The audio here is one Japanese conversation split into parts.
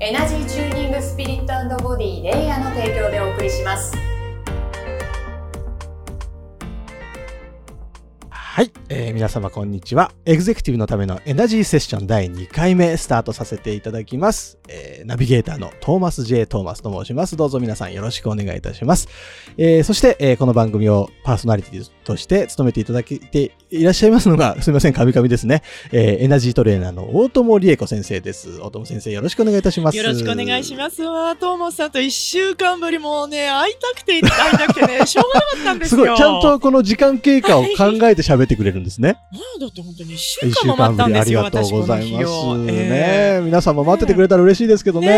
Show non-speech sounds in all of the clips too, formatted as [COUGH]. エナジーチューニングスピリットボディレイヤーの提供でお送りしますはい、えー皆様こんにちは。エグゼクティブのためのエナジーセッション第2回目スタートさせていただきます。えーナビゲーターのトーマス J. トーマスと申します。どうぞ皆さんよろしくお願いいたします。えーそして、えーこの番組をパーソナリティとして務めていただいていらっしゃいますのが、すみません、カミカミですね。えーエナジートレーナーの大友理恵子先生です。大友先生よろしくお願いいたします。よろしくお願いしますわ。トーモスさんと一週間ぶりもうね、会いたくて会いたく [LAUGHS] てね、しょうがなかったんですすごよ。い、ちゃんとこの時間経過を考えて喋ってくれるんですね。もうだって本当に一週一間週も間待ったぶんりあですりよ、がとう私ごこざのい日ます。を。ねええ皆さんも待っててくれたら嬉しいですけどえね。ね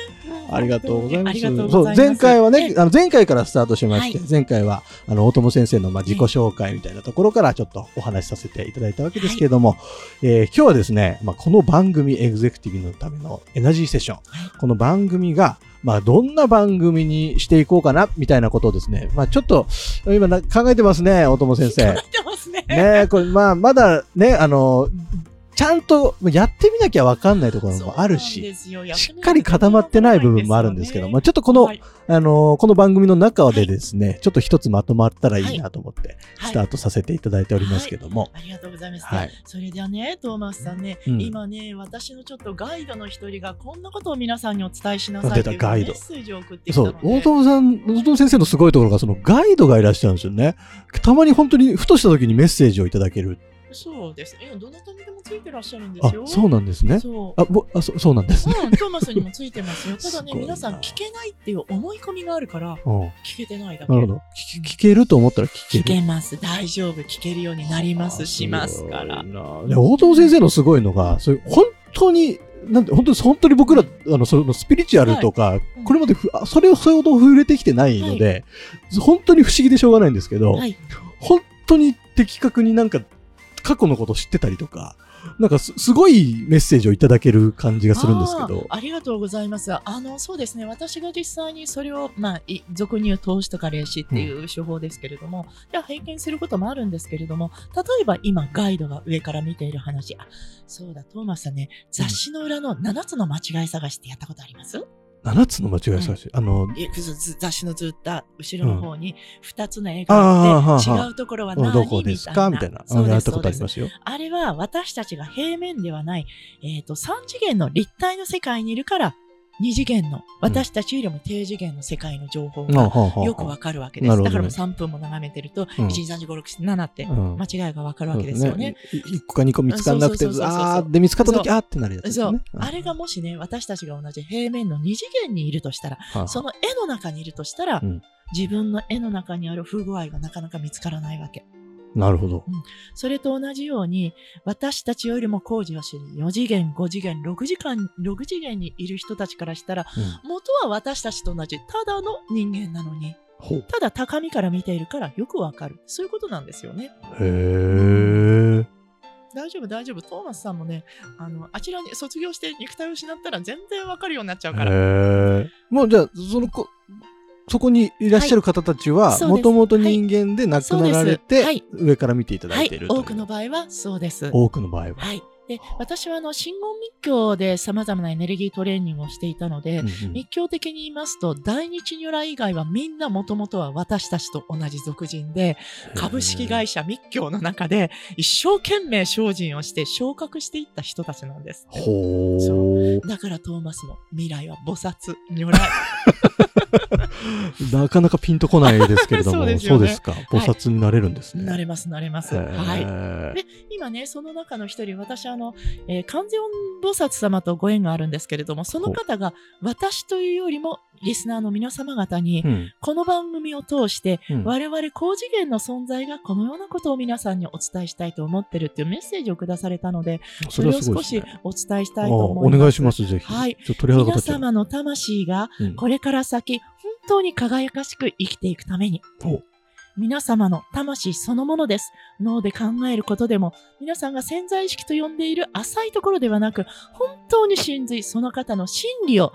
えありがとうございあます。りがとうそござういます。前回はね、ええ、あの前回からスタートしまして、は前回はあの大友先生のまあ自己紹介みたいなところからちょっとお話しさせていただいたわけですけれども、えー今日はですね、まあ、この番組エグゼクティブのためのエナジーセッション、この番組がまあ、どんな番組にしていこうかな、みたいなことをですね。まあ、ちょっと、今な考えてますね、大友先生。待ってますね。ねえ、これ、まあ、まだね、あの、ちゃんとやってみなきゃわかんないところもあるそうなんし、ですよ、やてみしなっいとかり固まってない部分もあるんですけど、まあ、ちょっとこの、はいあのこの番組の中でですね、ちょっと一つまとまったらいいなと思って、はいスタートさせていただいておりますけども、ありがとうございます。はいそれではね、トーマスさんね、うん今ね、私のちょっとガイドの一人がこんなことを皆さんにお伝えしなさい出とたいうメガイドッセージを送ってきたそのうで、大友さん、大友先生のすごいところが、そのガイドがいらっしゃるんですよね。たまに本当に、ふとした時にメッセージをいただける。そうです。いや、どなたにでもついてらっしゃるんであす、よ。そうなんですね。そう。あ、ぼあそそうなんですね。うん、トーマスにもついてますよ。ただ [LAUGHS] すね、ごいな皆さん聞けないっていう思い込みがあるから、うん、聞けてないだけ。なるほど聞き。聞けると思ったら聞け聞る。けます。大丈夫。聞けるようになります。しますから。すごいなで大友先生のすごいのが、そういう本当に、なんて本当に本当に僕らあのそのスピリチュアルとか、うんこれまでふあそれをそれほど触れてきてないので、本当に不思議でしょうがないんですけど、はい。本当に的確になんか過去のこと知ってたりとか、なんかすすごいメッセージをいただける感じがするんですけど。あーありがとうございます。あの、そうですね。私が実際にそれを、まあ、い俗に言う投資とか霊視っていう手法ですけれども、いや、拝見することもあるんですけれども、例えば今、ガイドが上から見ている話、あ、そうだ、トーマスさんね、雑誌の裏の7つの間違い探しってやったことあります7つの間違い探し、あの、えずず雑誌のずった後ろの方に2つの映あ画ーがあはって、ーはー違うところはう何んどこですかみたいな、そやうでっすたことありそうまですよ。あれは私たちが平面ではない、えっ、と、3次元の立体の世界にいるから、2次元の、私たちよりも低次元の世界の情報うんはがあはあはあよくわかるわけでなす。るほどねだからもう3分も眺めてると、うん1、2、3、4、5、6、7ってうん間違いがわかるわけですよね。そうですねい一個か二個見つかんなくて、そうそうそうそうあーで見つかった時、あーってなるやつですそようね。。あれがもしね、私たちが同じ平面の2次元にいるとしたら、うん、その絵の中にいるとしたら、うん自分の絵の中にある不具合がなかなか見つからないわけ。なるほど。それと同じように、私たちよりも工事を知り、4次元、5次元、6次元、6次元にいる人たちからしたら、うん元は私たちと同じ、ただの人間なのに、ほうただ高みから見ているからよくわかる。そういうことなんですよね。へえ。大丈夫、大丈夫。トーマスさんもね、あの、あちらに卒業して肉体を失ったら全然わかるようになっちゃうから。へえ。もうじゃあ、そのこ、そこにいらっしゃる方たちはは、いそうもですともと人間で亡くなられて、はい上から見ていただはいていいる、という多くの場合はそうです。多くの場合は。はい。で、私はあの、信言密教で様々なエネルギートレーニングをしていたので、うんうん密教的に言いますと、大日如来以外はみんなもともとは私たちと同じ俗人で、株式会社密教の中で一生懸命精進をして昇格していった人たちなんです。ほ。そう [LAUGHS] だからトーマスも未来は菩薩如来。なかなかピンとこないですけれども、 [LAUGHS] そそううでですよねすか。菩薩になれるんですね。なれます、なれます。へはい。ーで今ね、その中の一人、私、あの、えー観世音菩薩様とご縁があるんですけれども、その方が、私というよりも、リスナーの皆様方にう、んこの番組を通して、うん我々高次元の存在がこのようなことを皆さんにお伝えしたいと思ってるっていうメッセージをくだされたので、それを少しお伝えしたいああと思おいます。願いします、ぜひ。はいちょっと鳥肌が皆立っちゃう。様の魂がうんこれから先、本当に輝かしく生きていくためにほう、皆様の魂そのものです。脳で考えることでも、皆さんが潜在意識と呼んでいる浅いところではなく、本当に真髄、その方の真理を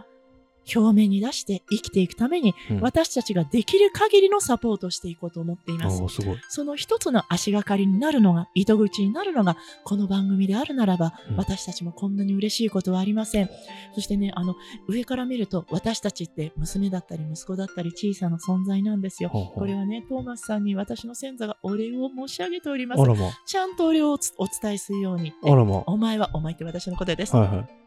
表面に出して生きていくために、うん私たちができる限りのサポートをしていこうと思っていますあ。あすごい。その一つの足がかりになるのが、糸口になるのが、この番組であるならば、うん私たちもこんなに嬉しいことはありません。そしてね、あの、上から見ると、私たちって娘だったり息子だったり小さな存在なんですよ。ほうほうこれはね、トーマスさんに私の先祖がお礼を申し上げておりまあす。らま、ちゃんとお礼をおつお伝えするようにって。あらま。はお前は、お前って私の答えです。いはい。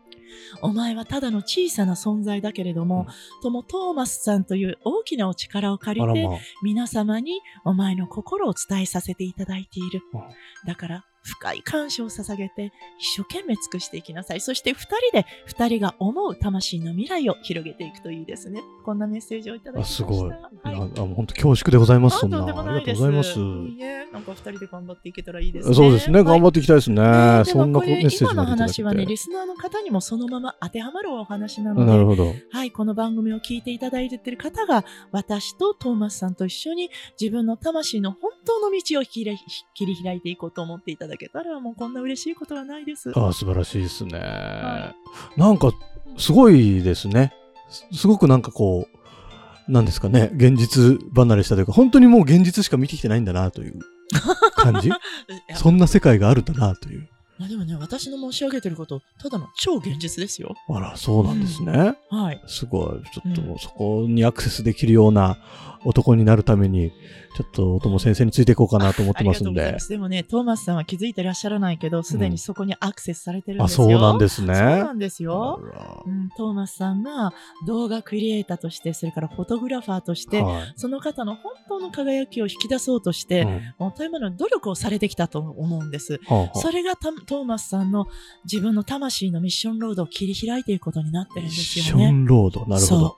お前はただの小さな存在だけれども、ともトーマスさんという大きなお力を借ありらて、ま。皆様にお前の心を伝えさせていただいているうん。だから、深い感謝を捧げて、一生懸命尽くしていきなさい。そして二人で、二人が思う魂の未来を広げていくといいですね。こんなメッセージをいただきました。あすごいはい。なあ本当恐縮でございます、あそんな。とんでもあなりいがとでうす。ございます。いいえ、なんか二人で頑張っていけたらいいですね。そうですね、頑張っっていきたいですね。ねでもそんなこことれメッセージ今までいたのだけて話はね、リスナーの方にもそのまま当てはまるお話なのでな、るほど。はい、この番組を聞いていただいている方が、私とトーマスさんと一緒に自分の魂の本当の道を切り切り開いていこうと思っていただけたら、もうこんな嬉しいことはないです。ああ素晴らしいですね。なんか、すごいですね。すすごくなんかこう、なんですかね、現実離れしたというか、本当にもう現実しか見てきてないんだなという感じ。 [LAUGHS] いやそんな世界があるんだなという。まあでもね、私の申し上げてること、ただの超現実ですよ。あら、そうなんですね。はい。すごい。ちょっとうもうそこにアクセスできるような男になるために、ちょっとお友先生についていこうかなと思っあてりまがすとうんございでま。す。でもね、トーマスさんは気づいてらっしゃらないけど、すでにそこにアクセスされてるんあ、ですよ。そうなんすですね。そうなんですよ。あうん、トーマスさんが動画クリエイターとして、それからフォトグラファーとしらて、はいその方の本当の輝きを引き出そうとして、うんもうタイムの努力をされてきたと思うんです。はあはあそれがたトーマスさんの自分の魂のミッションロードを切り開いていくことになってるんミッですシよョね。ンロード。なるほどそ。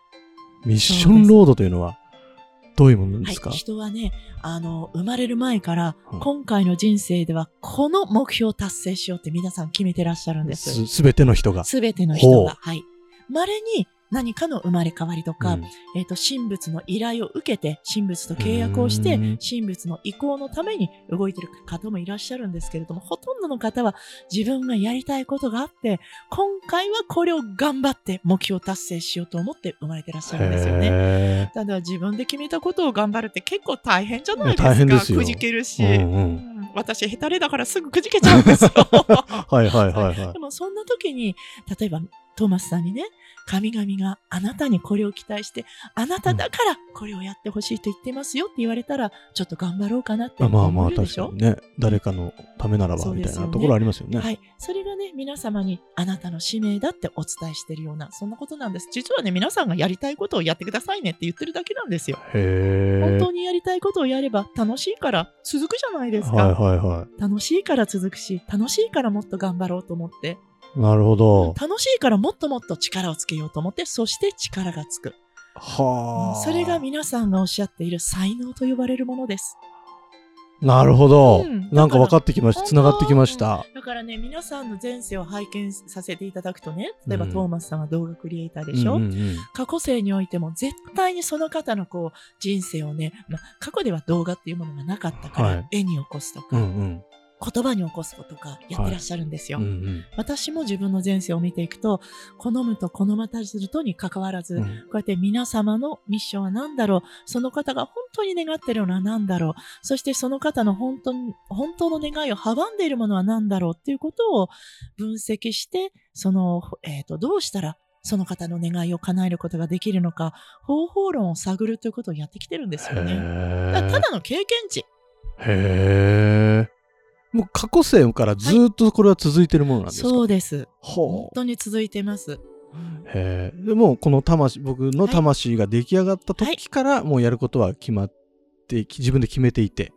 ミッションロードというのは、どういうものなんですか、はい、人はね、あの、生まれる前から、うん今回の人生ではこの目標を達成しようって皆さん決めてらっしゃるんです。すべての人が。すべての人ほうが。はい。稀に何かの生まれ変わりとか、うんえっ、と、神仏の依頼を受けて、神仏と契約をしうてん、神仏の意向のために動いてる方もいらっしゃるんですけれども、ほとんどの方は自分がやりたいことがあって、今回はこれを頑張って目標達成しようと思って生まれてらっしゃるんですよね。へただ自分で決めたことを頑張るって結構大変じゃないですいか。や大変ですよくじけるし。ーうんう。うんん私、ヘタレだからすぐくじけちゃうんですよ。はいはいは [LAUGHS] いはいで。もそんな時に、例えばトーマスさんにね、神々があなたにこれを期待して、あなただからこれをやってほしいと言ってますよって言われたら、ちょっと頑張ろうかなってあまあまあ思うで確しかょにね。誰かのためならばそうみでたいすよねなところありますよね。はい。それがね、皆様にあなたの使命だってお伝えしてるような、そんなことなんです。実はね、皆さんがやりたいことをやってくださいねって言ってるだけなんですよ。本へ当にやりたいことをやれば楽しいから続くじゃないでえ。すか。はいはいは楽しいから続くし、楽しいからもっと頑張ろうと思って、い。なるほど。楽しいからもっともっと力をつけようと思って、そして力がつく。はあ。それが皆さんがおっしゃっている才能と呼ばれるものです。なるほどうん。なんか分かってきました。だからつながってきました。だからね、皆さんの前世を拝見させていただくとね、例えばうんトーマスさんは動画クリエイターでしょ、うんうんうん過去世においても絶対にその方のこう人生をね、まあ、過去では動画っていうものがなかったから、はい絵に起こすとうか、んうん言葉に起こすことかやってらっしゃるんですよ。うん私も自分の前世を見ていくと、好むと好またずるとに関わらず、うんこうやって皆様のミッションは何だろう、その方が本当に願っているのは何だろう、そしてその方の本当に本当の願いを阻んでいるものは何だろうっていうことを分析して、その、えっ、と、どうしたらその方の願いを叶えることができるのか、方法論を探るということをやってきてるんですよね。だからただの経験値。へえ。もう過去世からずーっとこれは続いてるものなんですか、そうです。ほ本当に続いてます。うへえ。でもうこの魂、僕の魂が出来上がった時から、もうやることは決まって、き自分で決めていて。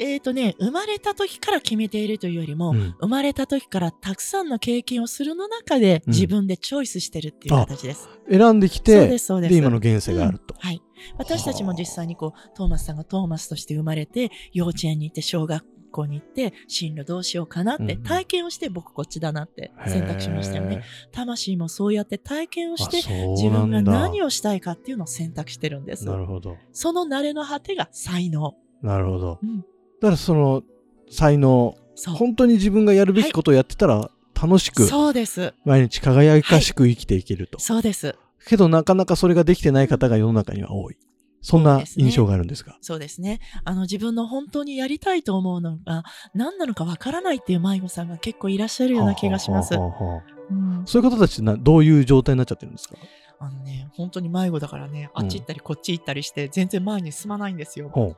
えっ、とね、生まれた時から決めているというよりも、うん生まれた時からたくさんの経験をするの中でうん自分でチョイスしてるっていう形です。選んできそうでて、す、そうです。で、今の現世があると。うんはい。私たちも実際にこう、トーマスさんがトーマスとして生まれて、幼稚園に行って、小学校に行って、進路どうしようかなって、うん体験をして、僕こっちだなってへえ選択しましたよね。。魂もそうやって体験をあして、そ自うな分んがだ何をしたいかっていうのを選択してるんです。なるほど。その慣れの果てが才能。なるほど。うんだからその、才能、そう。本当に自分がやるべきことをやってたら、楽しく、そうです。毎日輝かしく生きていけると。そうです。けど、なかなかそれができてない方が世の中には多い。そんそうなですね印象があるんですが。そうですね。あの、自分の本当にやりたいと思うのが、何なのかわからないっていう迷子さんが結構いらっしゃるような気がします。はあはあはあはあうんそういう方たちってなどういう状態になっちゃってるんですかあのね、本当に迷子だからね、うんあっち行ったりこっち行ったりして、全然前に進まないんですよ。ほう。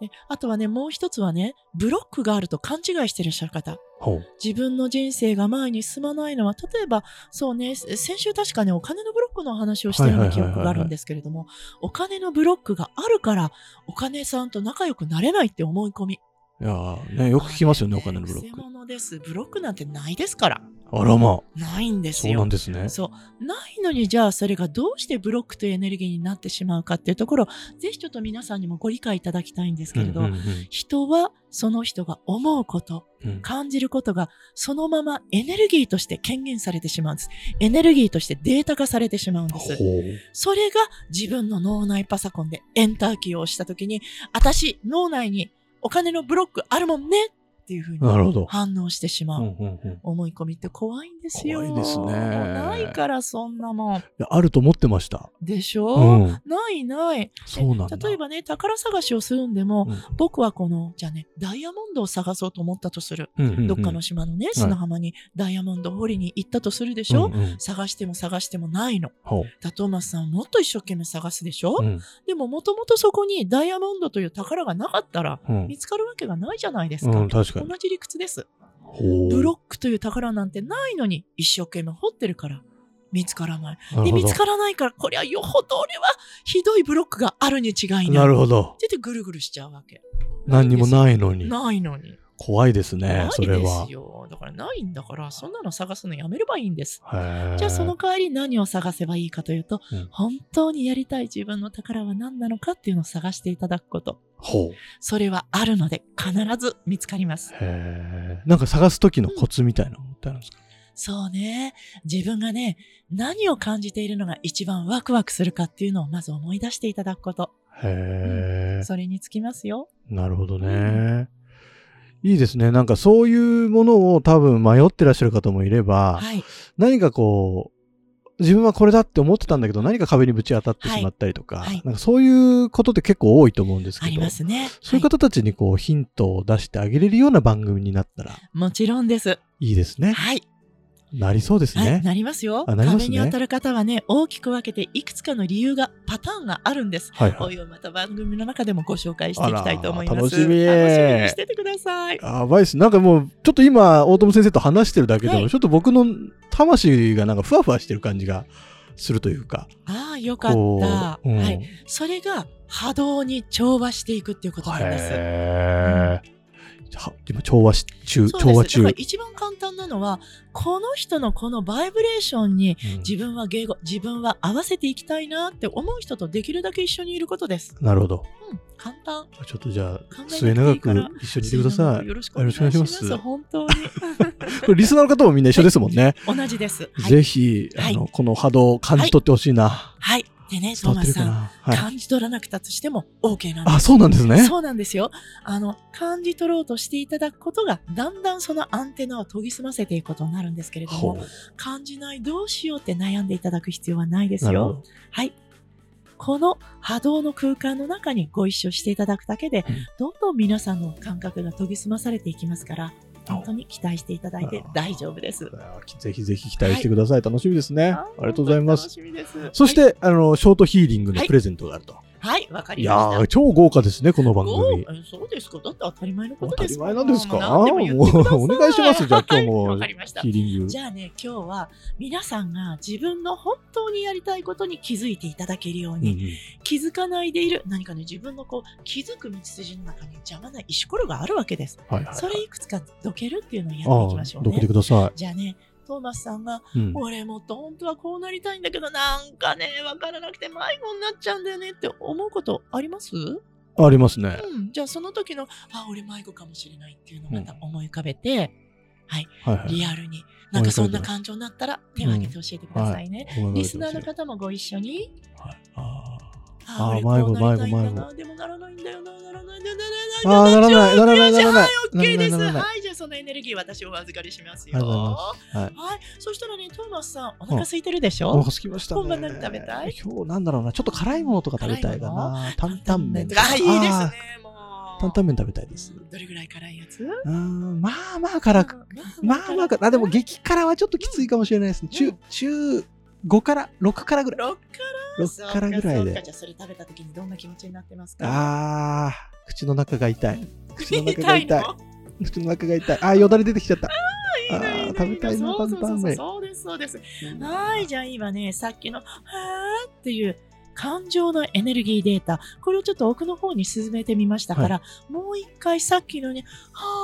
であとはね、もう一つはね、ブロックがあると勘違いしてらっしゃる方。ほう。自分の人生が前に進まないのは、例えば、そうね、せ先週確かね、お金のブロックの話をしたようはいはない記はいはい憶があるんですけれども、お金のブロックがあるから、お金さんと仲良くなれないって思い込み。いやーね、よく聞きますよね、お金のブロッ偽ク。物です。ブロックなんてないですから。あらまあ、ないんですそうよなん。ですね。そう。ないのに、じゃあ、それがどうしてブロックというエネルギーになってしまうかっていうところ、ぜひちょっと皆さんにもご理解いただきたいんですけれど、うんうんうん人はその人が思うこと、うん感じることが、そのままエネルギーとして権限されてしまうんです。エネルギーとしてデータ化されてしまうんです。ほう。それが自分の脳内パソコンでエンターキーを押したときに、私、脳内にお金のブロックあるもんねっていうふうなるほにど。反応してしまうんう。うんうんい思い込みって怖いんですよ。怖いですねないからそんなもん。やあると思ってました。でしうょ、ん。ないない。そうなんだ。例えばね、宝探しをするんでも、うん僕はこの、じゃあね、ダイヤモンドを探そうと思ったとする。うんうんうん、どっかの島のね、砂浜にダイヤモンドを掘りに行ったとするでしょ、うんうん探しても探してもないの。ほだトーマスさんもっと一生懸命探すでしょ、う。うんでももともとそこにダイヤモンドという宝がなかったらうん見つかるわけがないじゃないですか。うん、確か同に。じ理屈です。ほうブロックという宝なんてないのに一生懸命掘ってるから見つからない。なるでほど見つからないからこりゃよほど俺はひどいブロックがあるに違いない。なるほど。ほど。出てぐるぐるしちゃうわけ。何にもないのに。ないのに。怖いですなねい、それではす。よ。だからないんだからそんなの探すのやめればいいんです。へーじゃあその、代わり何を探せばいいかというと、うん本当にやりたい自分の宝は何なのかっていうのを探していただくこと。ほう。それはあるので必ず見つかります。へーなんか探す時のコツみたいなのってあるんですかそうね。自分がね、何を感じているのが一番ワクワクするかっていうのをまず思い出していただくこと。へーそれにつきますよ。なるほどうね。いいですね。なんかそういうものを多分迷ってらっしゃる方もいれば、はい。何かこう、自分はこれだって思ってたんだけど、何か壁にぶち当たってしまったりとか、はいはいなんかそういうことって結構多いと思うんですあけりど、まそすね。ういうはい方たちにこうヒントを出してあげれるような番組になったらもちろんです。いいですね。はい。なりそうですはい、ね。なりますよ。あなりますね壁に当たる方はね、大きく分けていくつかの理由が、パターンがあるんです。はい、おはい。いおいまた番組の中でもご紹介していきたいと思いまあす。ら楽しみ楽しみにしててください。やばいっす。なんかもう、ちょっと今、大友先生と話してるだけでも、はいちょっと僕の魂がなんかふわふわしてる感じがするというか。ああ、よかった。こううんはい。それが波動に調和していくっていうことなんです。へーは今、調和し中、そう調和です。だ中。から一番簡単なのは、この人のこのバイブレーションにうん自分は迎合、自分は合わせていきたいなって思う人とできるだけ一緒にいることです。なるほど。うん、簡単。ちょっとじゃあ考、末えな永くていいからく一緒にいてくださ [LAUGHS] い。よろしくお願いしよまろしくおす。願いします本当に。これリスナーの方もみんな [LAUGHS] 一緒ですもんね。同じです。はい。ぜひ、あの、はこの波動を感じ取ってほしいな。はい。でね、伝トわーっマてスるかさん、な。はい。感じ取らなくたとしても OK なんです。あ、そうなんですね。そうなんですよ。あの、感じ取ろうとしていただくことが、だんだんそのアンテナを研ぎ澄ませていくことになるんですけれどほも、う。感じない、どうしようって悩んでいただく必要はないですなるほよ。ど。はい。この波動の空間の中にご一緒していただくだけでうん、どんどん皆さんの感覚が研ぎ澄まされていきますから、本当に期待していただいて大丈夫です。ぜひぜひ期待してください。楽しみですね。ありがとうございます。あー。本当に楽しみですそし、て、あの、ショートヒーリングのはいプレゼントがあると。はい、わかいりやまー、し超豪華ですね、このた。番ご組。えそうですか。だって当たり前の当ことたでりす前なんですかもう何でもも言ってくださいうお願いします。じゃあ今日はいもわかりましたヒ。ーリング。じゃあね、今日は皆さんが自分の本当にやりたいことに気づいていただけるよううんうに、ん気づかないでいる、何かね、自分のこう、気づく道筋の中に邪魔な石ころがあるわけです。はいはい。それいくつかどけるっていうのをやあっていきましょー、うどけてね。くださじゃあね、トーマスさんが、い。うん俺もっと本当はこうなりたいんだけど、なんかね、わからなくて迷子になっちゃうんだよねって思うことありますうありますね。ん。じゃあその時の、あ、俺迷子かもしれないっていうのをまた思い浮かべて、はいはい。リアルに、なんかそんな感情になったら手を挙げて教えてくださいね。はいリスナーの方もご一緒に。はいあああーー迷俺子こうなりたいんだ迷子迷なでもならないんだよな、ならないんだよな、ーあー、ななららないんだよない、ならない、ならない。ならない。OK です。ならないならないはい、じゃあそのエネルギー私お預かりしますあよ。りがとうございまははい。い、そしたらね、トーマスさん、お腹空いてるでしお腹ょ空きましたね。今晩何食べたい今日なんだろうな、ちょっと辛いものとか食べたいかな。担々麺とか。あ、いいですあねー。もう。担々麺食べたいです。どれぐらい辛いやつうーん、まあまあ辛く。まあまあ辛く。あ、でも激辛はちょっときついかもしれないですね。中、中5から6からぐらい。 6辛そう6かからぐらいそうかで。じゃあそれ食べた時にどんな気持ちになってますかあー、口の中が痛い。口の中が痛い痛い。の口の中が痛い。あー、よだれ出てきちゃった。あいいーね食べたいな、そ担うそうそう々麺。そうです、そうです。はい、じゃあ今ね、さっきの、はーっていう感情のエネルギーデータ、これをちょっと奥の方に進めてみましたから、もう一回さっきのね、は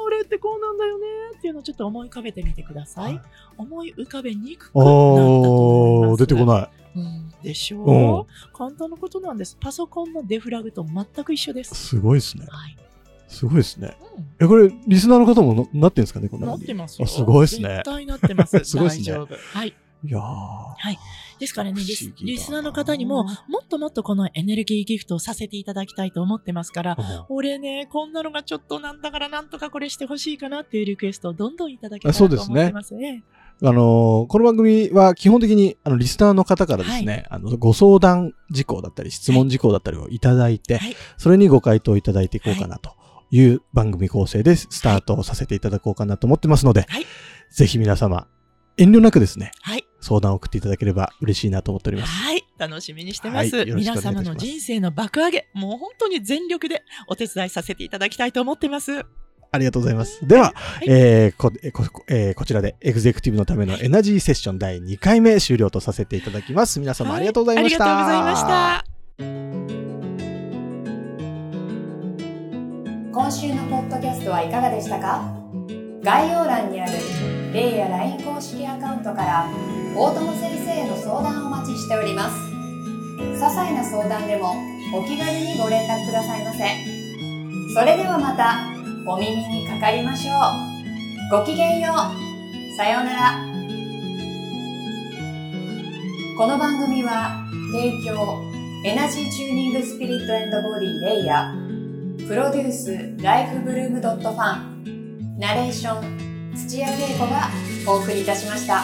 ー、俺ってこうなんだよねっていうのをちょっと思い浮かべてみてください。はい思い浮かべにくくなったと思いおまー、す。出てこい。ない。うん、でしょう、うん簡単なことなんです。パソコンのデフラグと全く一緒です。すごいですね。はい。すごいですね。うんえ、これ、リスナーの方もななってんですかね、こんななのっに。てますよ。あすごいっすね絶対なってます。 [LAUGHS] すごいっすね大丈夫。はい。いやー。ですからね、リ不ス思議だなリスナーの方にも、もっともっとこのエネルギーギフトをさせていただきたいと思ってますから、俺ね、こんなのがちょっとなんだからなんとかこれしてほしいかなっていうリクエストをどんどんいただけたらとそう思ですねってますね。あのーこの番組は基本的にあのリスナーの方からですね、あのご相談事項だったり質問事項だったりをいただいて、はいそれにご回答いただいていこうかなという番組構成でスタートをさせていただこうかなと思ってますので、はいぜひ皆様遠慮なくですね、はい。相談を送っていただければ嬉しいなと思っております。はい。楽しみにしてます。はいよろしくお願いい皆たします様の人生の爆上げ、もう本当に全力でお手伝いさせていただきたいと思ってます。ありがとうございます。では、いえーこえーこえーこちらでエグゼクティブのためのエナジーセッション第2回目終了とさせていただきます。皆様ありがとうございました。はいありがとうございました。今週のポッドキャストはいかがでしたか概要欄にあるレイや LINE 公式アカウントから大友先生への相談をお待ちしております些細な相談でもお気軽にご連絡くださいませそれではまたお耳にかかりましょうごきげんようさようならこの番組は提供エナジーチューニングスピリットボディレイヤープロデュースライフブルームドットファンナレーション土屋恵子がお送りいたしました。